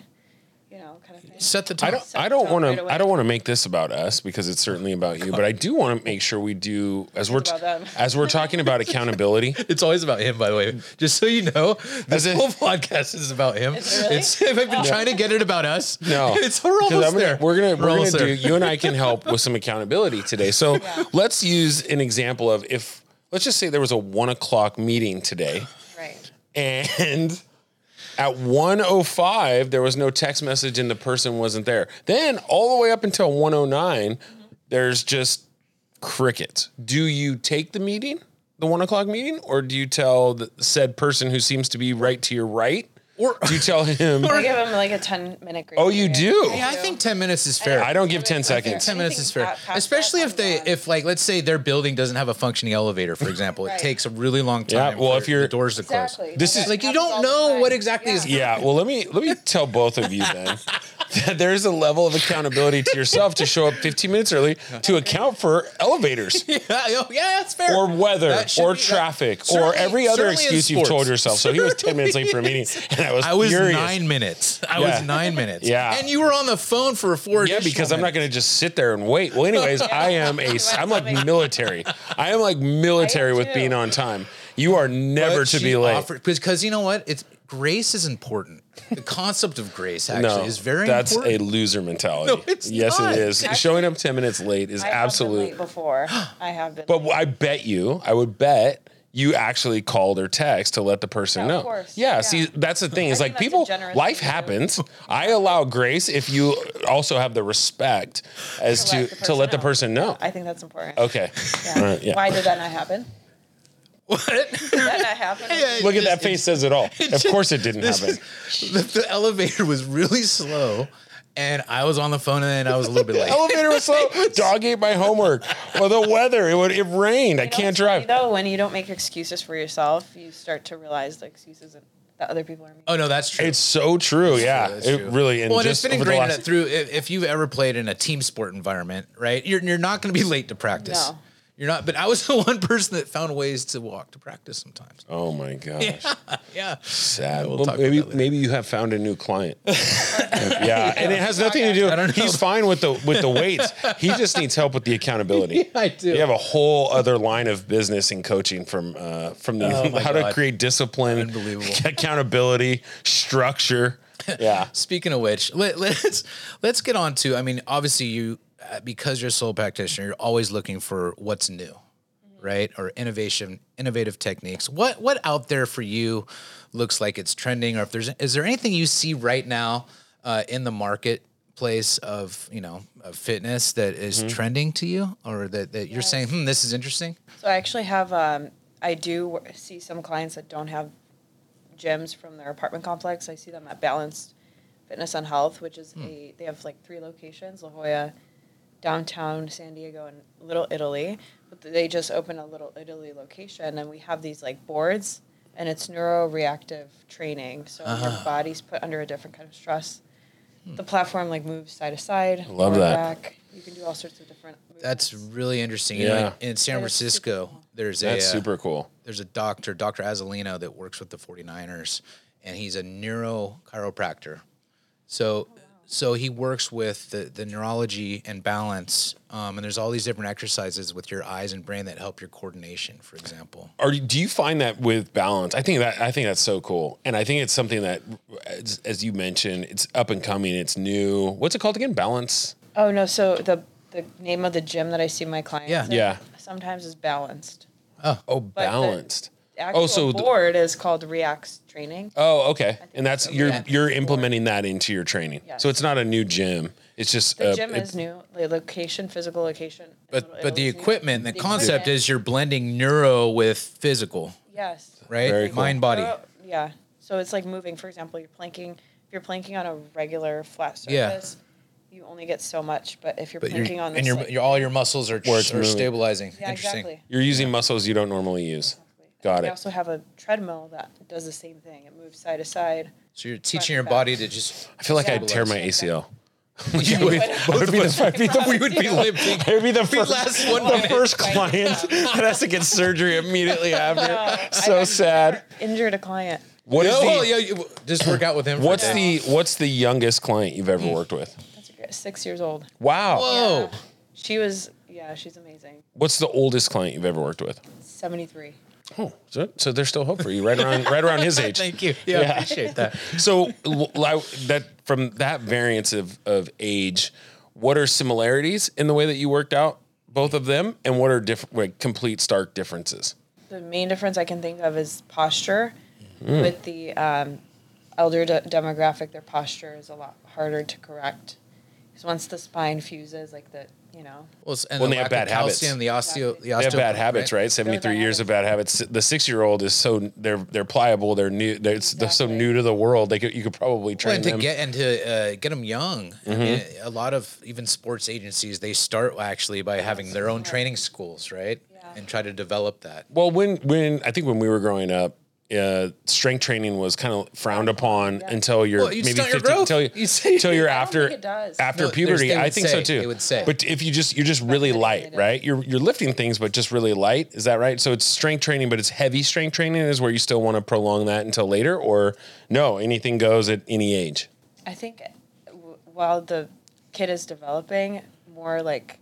you know, kind of thing.
Set the
I
tone.
don't.
Set
I
the
don't
tone
want
right
to.
away.
I don't want to make this about us because it's certainly about you. But I do want to make sure we do as we're
about them.
as we're
[laughs]
talking about accountability.
It's always about him, by the way. Just so you know, this
As in-
whole podcast is about him.
Is it really? Oh.
It's I've been trying to get it about us.
No,
[laughs] it's we're
'Cause
almost
I'm gonna-
there.
We're gonna we're, gonna
almost
do.
there.
You and I can help with some accountability today. So let's use an example of if let's just say there was a one o'clock meeting today,
Right.
and at one o five there was no text message and the person wasn't there. Then all the way up until one o nine, there's just crickets. Do you take the meeting, the one o'clock meeting, or do you tell the said person who seems to be right to your right?
[laughs] Or-
do you tell him?
I give them like a 10 minute grace.
Oh, you
period.
do?
Yeah, I think ten minutes is fair.
I don't give ten seconds.
Ten minutes is
Anything
fair,
pa- past
especially
that,
if they,
I'm done.
if like, let's say their building doesn't have a functioning elevator, for example, it
Right.
takes a really long
Yeah,
time.
well,
for
if you're-
the doors to close,
Exactly.
This
That
is-
like you
happens all
don't
the
know
time.
what exactly is.
Yeah. Well, let me let me tell both of you then [laughs] that there is a level of accountability to yourself to show up 15 minutes early to account for elevators
[laughs] Yeah, [laughs] oh, yeah, that's fair.
or weather
That should
or
be- that-
traffic or
certainly-
every other
certainly in
excuse you've told
sports.
yourself. So he was 10 minutes late for
[laughs]
a meeting, and I was
I was
furious.
nine minutes. I
Yeah.
was nine minutes.
Yeah.
and you were on the phone for four.
Yeah,
additional
because I'm not
minutes.
going to just sit there and wait.
[laughs]
Well, anyways, I am a. I'm like military. I am like military with
too.
being on time. You are never
But
to
she
be late.
offered- because you know what? It's grace is important. The concept of grace actually
no,
is very
that's
important.
a loser mentality.
No, it's
yes,
not.
it is. Showing up 10 minutes late is
I
absolute.
Have been late
[gasps]
before. I have been.
But
late.
I bet you, I would bet you actually called or text to let the person
Yeah, of
know.
course.
Yeah,
Yeah.
see, that's the thing. It's
think
like
that's a
people,
generous thing
life
to do.
happens. I allow grace if you also have the respect as
To
to
let the
to let the person
person
know.
I think that's important.
Okay.
Yeah.
All right, yeah.
Why did that not
[laughs]
happen?
[laughs] What?
Did that not happen?
Look at that face says
[laughs]
it all. Of course it didn't
This
happen.
is- [laughs] the, the elevator was really slow, and I was on the phone, and I was a little bit
[laughs]
late.
[laughs] Elevator was
[laughs]
slow. Dog ate my homework. Well, the weather, it would it rained. I
You know
can't
what's funny,
drive.
Though when you don't make excuses for yourself, you start to realize the excuses that other people are making.
Oh no, that's true.
It's so true. Yeah.
that's
It
true.
really and
well, and it's
just
been
over the
ingrained
last-
through. If, if you've ever played in a team sport environment, right? You're you're not going to be late to practice.
No.
You're not. But I was [laughs] the one person that found ways to walk to practice sometimes.
Oh my gosh.
Yeah.
sad.
we'll
Well,
talk about
maybe
that later.
maybe you have found a new
[laughs]
client. yeah, and it has nothing to do.
I don't know.
He's fine with the with the weights. He just needs help with the
[laughs]
accountability.
I do.
You have a whole other line of business and coaching from uh, from the
Oh, my
how to
God.
create discipline,
Unbelievable.
[laughs] accountability,
[laughs]
structure. Yeah.
Speaking of which, let, us let's get on to. I mean, obviously, you uh, because you're a sole practitioner, you're always looking for what's new, right? Or innovation, innovative techniques. What what out there for you looks like it's trending, or if there's is there anything you see right now uh, in the marketplace of you know of fitness that is
Mm-hmm.
trending to you, or that that you're saying, hmm, this is interesting.
So I actually have. Um, I do wor- see some clients that don't have gyms from their apartment complex. I see them at Balanced Fitness and Health, which is
Hmm.
a they have like three locations: La Jolla, downtown San Diego, and Little Italy. But they just opened a Little Italy location, and we have these like boards, and it's neuroreactive training. So
Ah.
your body's put under a different kind of stress. The platform like moves side to side,
Hmm. Love
forward,
that.
back. You can do all sorts of different. Movements.
That's really interesting. You know,
Yeah.
in San
That is super
Francisco,
cool.
there's a
That's
uh,
super cool.
there's a doctor, Dr. Azalino, that works with the 49ers, and he's a neurochiropractor. So so he works with the, the neurology and balance um, and there's all these different exercises with your eyes and brain that help your coordination for example
Are do you find that with balance? I think that I think that's so cool, and I think it's something that, as, as you mentioned, it's up and coming. It's new. What's it called again? Balance.
Oh no! So the the name of the gym that I see my clients.
Yeah.
in
Yeah.
Sometimes is balanced.
Oh,
the
balanced.
Actual
Oh, so the-
board is called Reacts Training.
Oh, okay. And that's you're
Yeah.
you're implementing that into your training.
Yes.
So it's not a new gym. It's just
The
uh,
gym
it-
is new. The location, physical location. is
but
Little
but the
Italy's new.
equipment the, concept
equipment,
is you're blending neuro with physical
yes,
right
Very cool.
mind body
Oh, yeah. So it's like moving. For example, you're planking. If you're planking on a regular flat
Yeah.
surface, you only get so much. But if you're
but
planking
you're,
on this,
and your,
like-
your all your muscles are,
Where it's
are
moving.
stabilizing
yeah,
interesting
exactly.
you're using muscles you don't normally use. Got
I
it.
also have a treadmill that does the same thing. It moves side to side.
so you're teaching
and
your
back.
body to just
I feel like
Yeah.
I'd tear my
Yeah.
ACL.
You
would-
would-
that would be the- I'd be the- we would be [laughs] like, I would
[laughs]
be the first,
last one
the
minute.
first client that has to get surgery immediately after. [laughs] So sad.
Injured a client.
What is
Yeah, well,
the-
yeah, you- just work out with him for a
What's
day.
the what's the youngest client you've ever worked with?
That's a great, six years old.
Wow.
whoa
Yeah. She was, yeah, she's amazing.
What's the oldest client you've ever worked with?
73.
Oh, so, so there's still hope for you, right around right around his age.
thank you yeah,
Yeah.
i appreciate that
So l- li- that from that variance of of age, what are similarities in the way that you worked out both of them, and what are different, like complete stark differences?
The main difference I can think of is posture. With the um, elder de- demographic, their posture is a lot harder to correct. Because once the spine fuses, like the, you know,
[laughs] well, and
When
the
they have
lack of
bad habits.
calcium, the osteo the
They have bad habits, right?
bad
Seventy three years of bad habits. The six year old is so they're they're pliable. They're new. They're, it's- they're so
Exactly.
new to the world. They could, you could probably train
Well, and to
them.
get and to uh, get them young, I mean, a lot of even sports agencies they start actually by having their own training schools, right?
Yeah.
And try to develop that.
Well, when when I think when we were growing up, uh, strength training was kind of frowned upon until you're
Well, you'd
maybe
stunt your
50,
growth.
until, you,
You'd say-
until you're
I don't
after
think it does.
after
No, there's-
puberty.
they
I
would
think so
say-
too.
they would say.
but if you just you're just really
That's
light,
manipulative.
right? You're you're lifting things, but just really light. Is that right? So it's strength training, but it's heavy strength training is where you still want to prolong that until later, or no, anything goes at any age.
I think uh, w- while the kid is developing, more like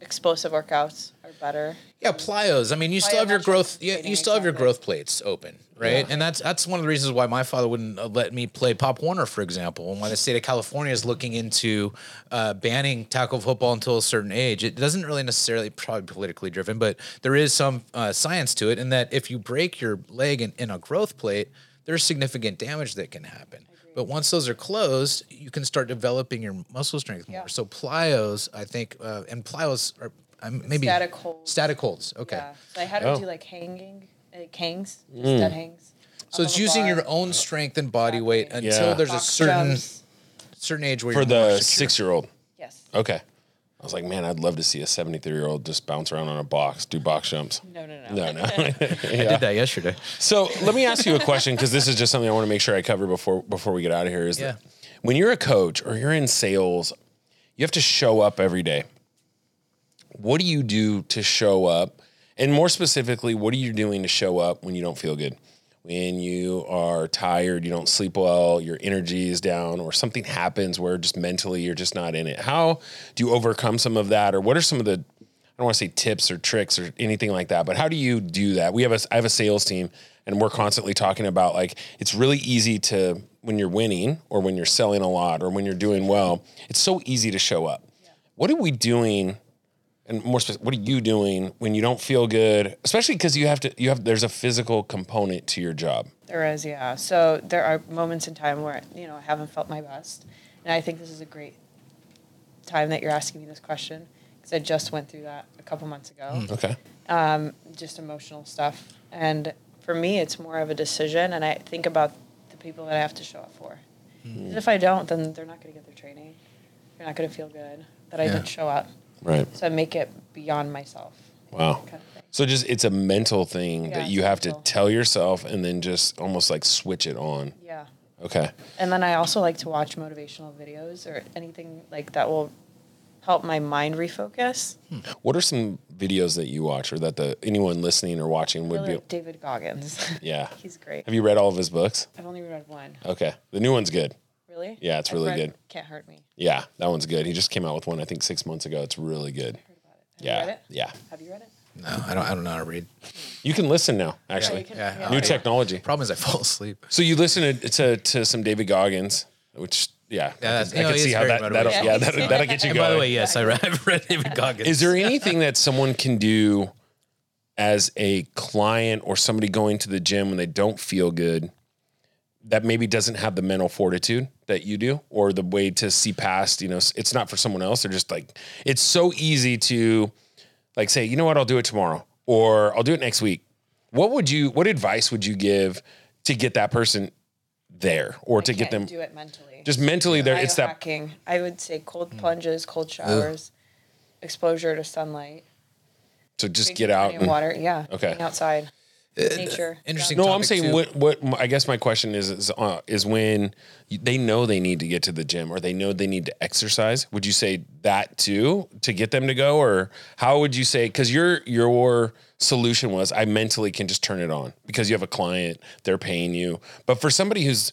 explosive workouts are better.
Yeah, plyos. I mean, you still have your
Plyometric
growth. Yeah, you
training,
still have your
exactly.
growth plates open, right? And that's that's one of the reasons why my father wouldn't uh, let me play Pop Warner, for example, and why the state of California is looking into uh, banning tackle football until a certain age. It doesn't really necessarily probably politically driven, but there is some uh, science to it in that if you break your leg in, in a growth plate, there's significant damage that can happen. But once those are closed, you can start developing your muscle strength more.
Yeah.
So plyos, I think, uh, and plyos are. I'm maybe
Static holds.
Static holds. Okay.
Yeah. So I had to
Oh.
do like hanging, like hangs, just dead hangs.
So it's using your own strength and body weight
Exactly.
until
Yeah.
there's a certain certain age where
For
you're more
the
secure.
six year old.
Yes.
Okay. I was like, man, I'd love to see a 73 year old just bounce around on a box, do box jumps.
No, no, no.
No, no. [laughs]
I did that yesterday.
So let me ask you a question because this is just something I want to make sure I cover before before we get out of here. Is
Yeah.
that when you're a coach or you're in sales, you have to show up every day. What do you do to show up? And more specifically, what are you doing to show up when you don't feel good? When you are tired, you don't sleep well, your energy is down, or something happens where just mentally you're just not in it. How do you overcome some of that? Or what are some of the I don't want to say tips or tricks or anything like that, but how do you do that? We have a I have a sales team and we're constantly talking about like it's really easy to when you're winning or when you're selling a lot or when you're doing well, it's so easy to show up. What are we doing and more specific, what are you doing when you don't feel good, especially because you have to you have there's a physical component to your job.
There is, yeah. So there are moments in time where, you know, I haven't felt my best. And I think this is a great time that you're asking me this question because I just went through that a couple months ago.
Okay.
just emotional stuff. And for me, it's more of a decision, and I think about the people that I have to show up for.
Hmm.
'Cause If I don't, then they're not going to get their training. They're not going to feel good that I
Yeah.
didn't show up.
Right.
So I make it beyond myself.
Wow.
Kind of thing.
So just it's a mental thing
Yeah,
that
it's
you have
mental.
to tell yourself and then just almost like switch it on.
Yeah.
Okay.
And then I also like to watch motivational videos or anything like that will help my mind refocus.
What are some videos that you watch or that the anyone listening or watching would
Really
be
like David Goggins.
Yeah.
[laughs] He's great.
Have you read all of his books?
I've only read one.
Okay. The new one's good.
Really?
Yeah, it's
I've
really
read
good.
Can't hurt me.
Yeah, that one's good. He just came out with one I think six months ago. It's really good.
Have
Yeah,
You read it?
yeah.
Have you read it?
No, I don't. I don't know how to read.
You can listen now. Actually,
you can-
Yeah,
yeah.
new
I-
technology.
Problem is, I [laughs] fall asleep.
So you listen to, to to some David Goggins, which yeah, I
that's-
can,
you
I
know,
can
he
see
is
how
very
that that'll,
motivational.
yeah that'll, that'll get you
And
going.
by the way, yes, [laughs] I read, I've read
[laughs]
David Goggins.
Is there anything that someone can do as a client or somebody going to the gym when they don't feel good that maybe doesn't have the mental fortitude that you do or the way to see past, you know, s- it's not for someone else. They're just like, it's so easy to like say, you know what, I'll do it tomorrow or I'll do it next week. What would you, what advice would you give to get that person there or to
I
get
can't
them
do it mentally.
just mentally there? It's that Hmm.
Biohacking. I would say cold plunges, cold showers, exposure to sunlight.
to just
drink
get out
plenty of
and
water. Yeah.
Okay. Uh,
being outside. Nature.
interesting.
Yeah.
No, I'm
topic,
saying
too.
what what my- I guess my question is is, uh, is when you- they know they need to get to the gym or they know they need to exercise. Would you say that too to get them to go, or how would you say? Because your your solution was I mentally can just turn it on because you have a client, they're paying you. But for somebody who's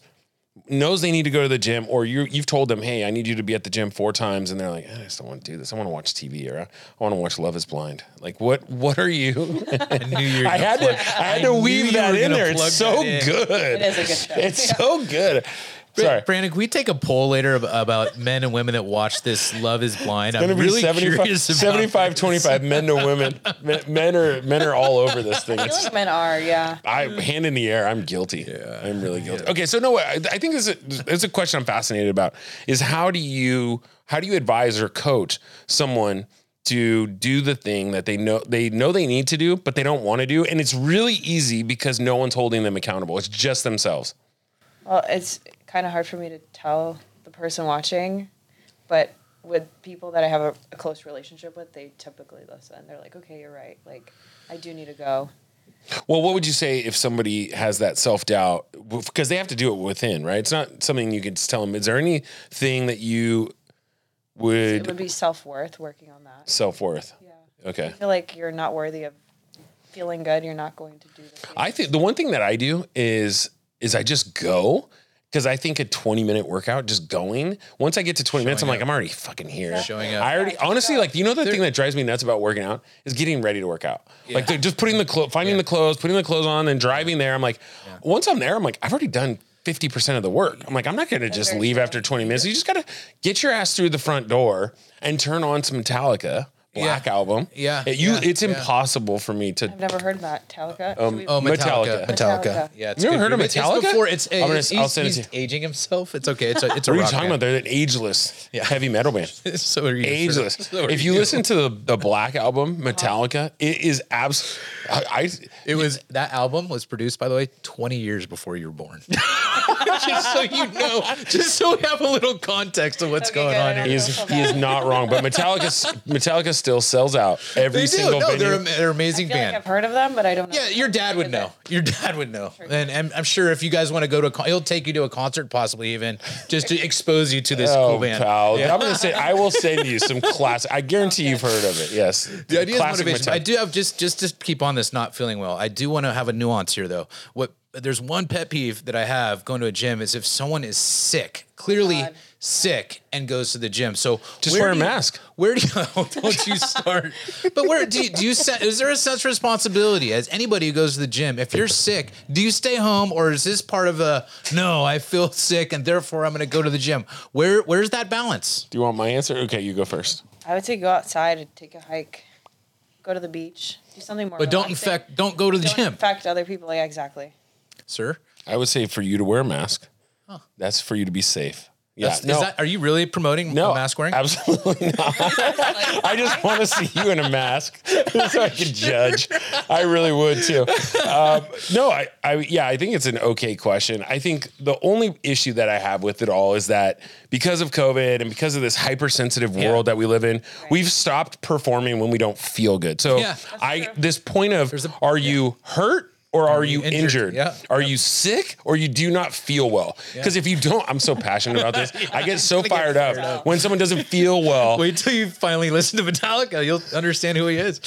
knows they need to go to the gym or you you've told them hey i need you to be at the gym four times and they're like "Eh, i just don't want to do this i want to watch tv or i, want to watch love is blind like what what are you
I knew you were
I [laughs]
gonna
had to, I
plug-
had
I
to
knew
weave
you
that
were
in
gonna
there. It's
plug
so
that in.
good.
It
[laughs]
is a good show.
It's so good. Sorry.
Brandon, can we take a poll later ab- about men and women that watch this Love is Blind? I'm
Gonna be
really
75,
curious about
75 25 men to [laughs] women. Men, men are men are all over this thing.
I feel
It's-
like men are, yeah.
I hand in the air. I'm guilty. I'm really guilty. Okay, so no, I, I think this is, this is a question I'm fascinated about. Is how do you how do you advise or coach someone to do the thing that they know they know they need to do, but they don't want to do, and it's really easy because no one's holding them accountable. It's just themselves.
Well, it's kind of hard for me to tell the person watching, but with people that I have a, a close relationship with, they typically listen. They're like, okay, you're right. Like, I do need to go.
Well, what would you say if somebody has that self doubt? Because they have to do it within, right? It's not something you could just tell them. Is there anything that you
It would
would
be self worth working on that.
self worth?
Yeah.
Okay.
I feel like you're not worthy of feeling good. You're not going to do this.
I think the one thing that I do is is I just go because I think a 20 minute workout just going. Once I get to 20 minutes, I'm like, I'm already fucking here.
Showing up.
I already honestly like you know the thing that drives me nuts about working out is getting ready to work out. Like they're just putting the clo- finding the clothes, putting the clothes on, and driving there. I'm like, once I'm there, I'm like, I've already done. 50% of the work. I'm like, I'm not gonna just
very
leave
true.
after 20 minutes. You just gotta get your ass through the front door and turn on some Metallica Black
Yeah.
album.
Yeah.
It- you,
Yeah.
it's
Yeah.
impossible for me to
I've never heard that. Talica?
Oh, Metallica.
Metallica.
Metallica.
Yeah,
You ever
good
heard of
group. It's-
Metallica?
It's before it's,
I'm gonna-
it's
I'll
he's,
send it
he's
to
aging himself. It's okay. It's a it's a
What are you
rock
talking about?
band.
They're an ageless heavy
[laughs]
metal band.
so are you.
Ageless.
[laughs] So are
if you, listen to the, the Black album, Metallica, it is abs. I, I
it was that album was produced by the way 20 years before you were [laughs] born. just so you know, just so we have a little context of what's
Okay,
going
good.
on
I
here.
he is he is not wrong, but Metallica Metallica still sells out every
They do.
single
No,
venue.
they're, am- they're
I
amazing
feel like
band.
I've heard of them, but I don't know.
Yeah, your dad would know. Your dad would know, and, and I'm sure if you guys want to go to, a con- he'll take you to a concert, possibly even just to expose you to this
Oh,
cool band.
pal! I'm gonna say I will send you
[laughs]
some classic. I guarantee you've heard of it. Yes,
The idea is motivation. I do have just just to keep on this not feeling well. I do want to have a nuance here though. What there's one pet peeve that I have going to a gym is if someone is sick, clearly
God.
sick, and goes to the gym. So
Just
where
wear a
do you-
mask.
Where do you [laughs] oh, don't
[laughs]
you start? but where do you, do you se- is there a sense of responsibility as anybody who goes to the gym? If you're sick, do you stay home or is this part of a no? I feel sick and therefore I'm going to go to the gym. Where where's that balance?
Do you want my answer? Okay, you go first.
I would say go outside and take a hike, go to the beach, do something more.
But don't
relaxing.
infect. Don't go to the
Don't
gym,
infect other people. Yeah, exactly.
sir.
I would say for you to wear a mask. That's for you to be safe. Yeah,
That's- is that, are you really promoting mask wearing?
Absolutely not. [laughs] I just want to see you in a mask [laughs] so I can judge. I really would too. Um, no, I, I, yeah, I think it's an okay question. I think the only issue that I have with it all is that because of COVID and because of this hypersensitive world that we live in, we've stopped performing when we don't feel good. So
Yeah.
I,
true.
this point of,
a-
are you hurt? or are you
injured?
injured?
Yeah.
Are you sick or you do not feel well? Because if you don't, I'm so passionate
[laughs]
about this. I get so
gonna get
fired up,
fired up.
when someone doesn't feel well.
Wait till you finally listen to Metallica. You'll understand who he is.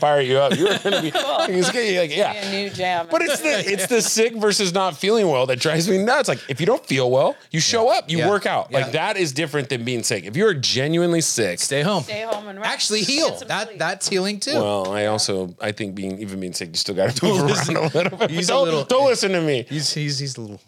fire you up. You're gonna be it's gonna be like yeah.
a new jam.
But it's the it's the sick versus not feeling well that drives me nuts. Like if you don't feel well, you show up, you
Yeah.
work out.
Yeah.
Like that is different than being sick. If you are genuinely sick,
Stay home.
Stay home and rest.
Actually,
Get
heal.
some
That
sleep.
that's healing too.
well, I also I think being even being sick, you still got to move around a little bit.
[laughs] He's a
don't,
little-
don't listen to me.
he's he's he's a little.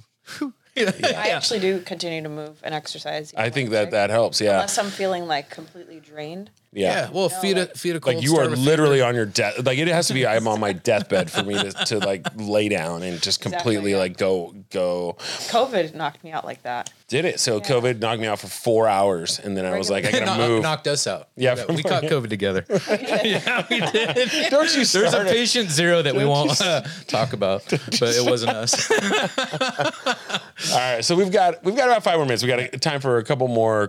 I actually do continue to move and exercise. even
I
when
think
I'm
that
sick.
that helps. Yeah,
unless I'm feeling like completely drained.
yeah.
Yeah. Well, feed a feed a cold.
Like you are
starve a fever. [laughs]
literally on your death. Like it has to be. I'm
[laughs]
on my deathbed for me to, to like lay down and just completely
yeah.
like go go.
COVID knocked me out like that.
Did it. So COVID knocked me out for four hours, and then I was like, I gotta
Knock-
move.
knocked us out.
Yeah.
we
[laughs]
caught COVID
[laughs]
together. yeah, we did.
Don't you
There's a
start it.
patient zero that we won't [laughs] uh, talk about, but it wasn't
[laughs]
us.
All right, so we've got we've got about five more minutes. We got a, time for a couple more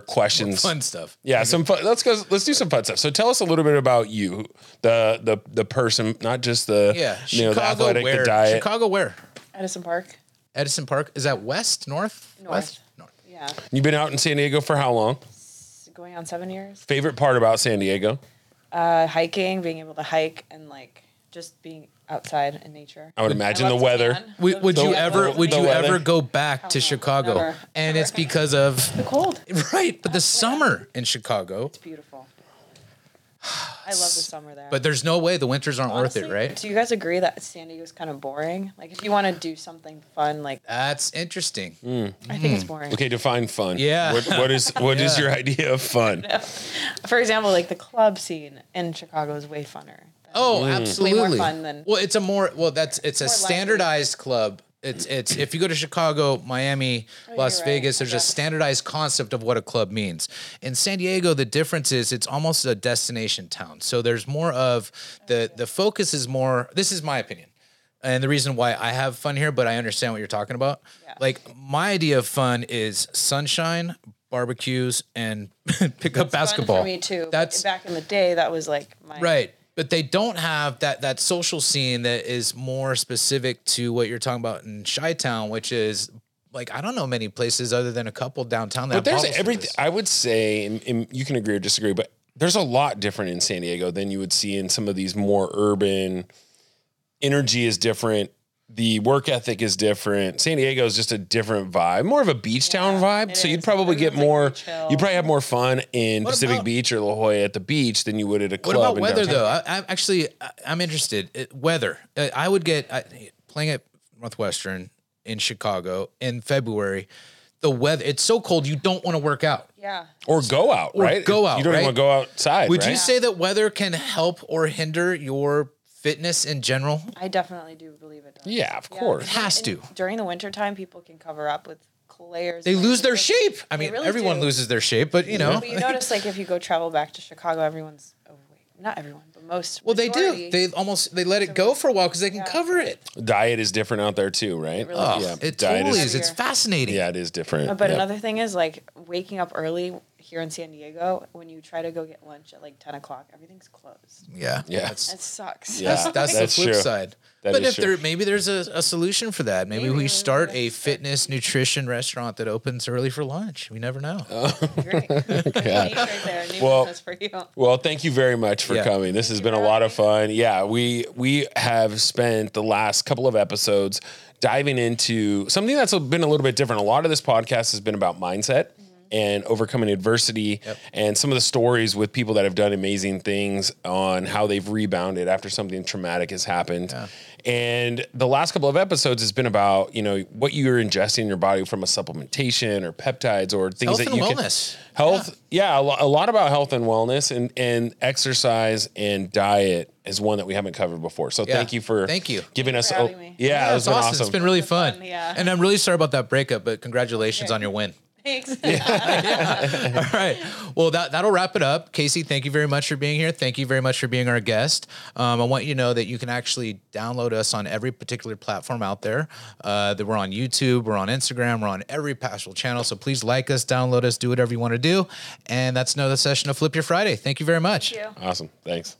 [laughs]
questions.
Fun stuff.
Yeah, some fun. Let's go. Let's do some fun stuff. So tell us a little bit about you, the the the person, not just the
Yeah.
you know, the athletic,
where?
the diet.
Chicago where?
Edison Park.
Edison Park is that west, north,
North.
west, north.
Yeah.
You've been out in San Diego for how long?
It's going on seven years.
Favorite part about San Diego?
Uh, hiking, being able to hike and like just being outside in nature.
I would imagine the
love to
weather.
tan.
Would, would
The-
you
The-
ever
the
would you
weather.
ever go back to
Oh, no.
Chicago?
Never. Oh,
And it's because of [laughs]
The cold.
e-
It's
right, but the summer in Chicago.
beautiful. I love the summer there.
But there's no way the winters aren't worth it,
Honestly,
right?
Do you guys agree that San Diego's kind of boring? Like, if you want to do something fun, like
That's interesting.
I think it's boring.
Hmm. Okay, define fun.
Yeah.
What, what is what
[laughs]
is
Yeah.
your idea of fun?
For example, like the club scene in Chicago is way funner.
Oh, absolutely.
fun than-
well, it's a more well. That's it's a
More lively.
standardized club. It's it's if you go to Chicago, Miami, Las
Oh, you're right.
Vegas, there's
Yeah.
a standardized concept of what a club means. In San Diego, the difference is it's almost a destination town. So there's more of the the focus is more. This is my opinion, and the reason why I have fun here, but I understand what you're talking about.
Yeah.
Like my idea of fun is sunshine, barbecues, and [laughs] pick up basketball.
Fun for me too.
That's
That's back in the day. That was like my
Right. But they don't have that that social scene that is more specific to what you're talking about in Chi Town, which is like I don't know many places other than a couple downtown that
But
have
there's
bottle
everything.
service.
I would say, and, and you can agree or disagree, but there's a lot different in San Diego than you would see in some of these more urban. Energy is different. The work ethic is different. San Diego is just a different vibe, more of a beach town vibe.
it
So you'd
is.
probably get more.
Everyone's like more chill.
you probably have more fun in Pacific
about-
Beach or La Jolla at the beach than you would at a
What
club.
about
in
weather
downtown.
though? I, I actually I, I'm interested. It, weather. Uh, I would get I, playing at Northwestern in Chicago in February. The weather. It's so cold. You don't want to work out.
Yeah.
Or go out, right?
go out,
You don't
right?
even want to go outside.
Would you
right?
say that weather can help or hinder your fitness in general?
I definitely do believe it. Does.
Yeah, of
Yeah.
course.
[laughs] Has
And
to.
during the wintertime, people can cover up with layers.
They
and
lose their
layers.
shape. I mean,
really
everyone
do.
loses their shape, but you know.
But you notice, like, if you go travel back to Chicago, everyone's overweight. Not everyone, but most.
Well, they do.
majority.
They almost they let it go for a while because they can cover it.
Diet is different out there too, right?
really Oh, is.
yeah,
It
diet
totally
is.
is. It's
Heavier.
fascinating.
Yeah, it is different.
But
Yep.
another thing is like waking up early here in San Diego. When you try to go get lunch at like ten o'clock, everything's closed.
Yeah,
Yeah.
That's,
It sucks. [laughs]
Yeah.
that's, that's
That's
the flip
true.
side.
That
but
is
if there
true.
maybe there's a, a solution for that. Maybe, we start a fitness nutrition restaurant that opens early for lunch. We never know. [laughs]
Great. Unique right there. New
Well-
business for you.
Well, thank you very much for
Yeah.
coming. This has been a
for
lot of fun. Yeah, we we have spent the last couple of episodes diving into something that's been a little bit different. A lot of this podcast has been about mindset and overcoming adversity and some of the stories with people that have done amazing things on how they've rebounded after something traumatic has happened. And the last couple of episodes has been about, you know, what you're ingesting in your body from a supplementation or peptides or things
Health
that
and
you can
wellness.
health yeah, a, lo- a lot about health and wellness and and exercise and diet is one that we haven't covered before so
Yeah.
thank you for
Thank you.
giving us
for
a-
having me.
yeah,
Yeah,
it
it's
was awesome.
It's been really fun.
fun, yeah.
And I'm really sorry about that breakup, but congratulations on your win.
Thanks.
[laughs] All right. Well, that, that'll wrap it up. Casey, thank you very much for being here. Thank you very much for being our guest. Um, I want you to know that you can actually download us on every particular platform out there. Uh, that we're on YouTube, we're on Instagram, we're on every possible channel. So please like us, download us, do whatever you want to do. And that's another session of Flip Your Friday. Thank you very much.
you.
awesome thanks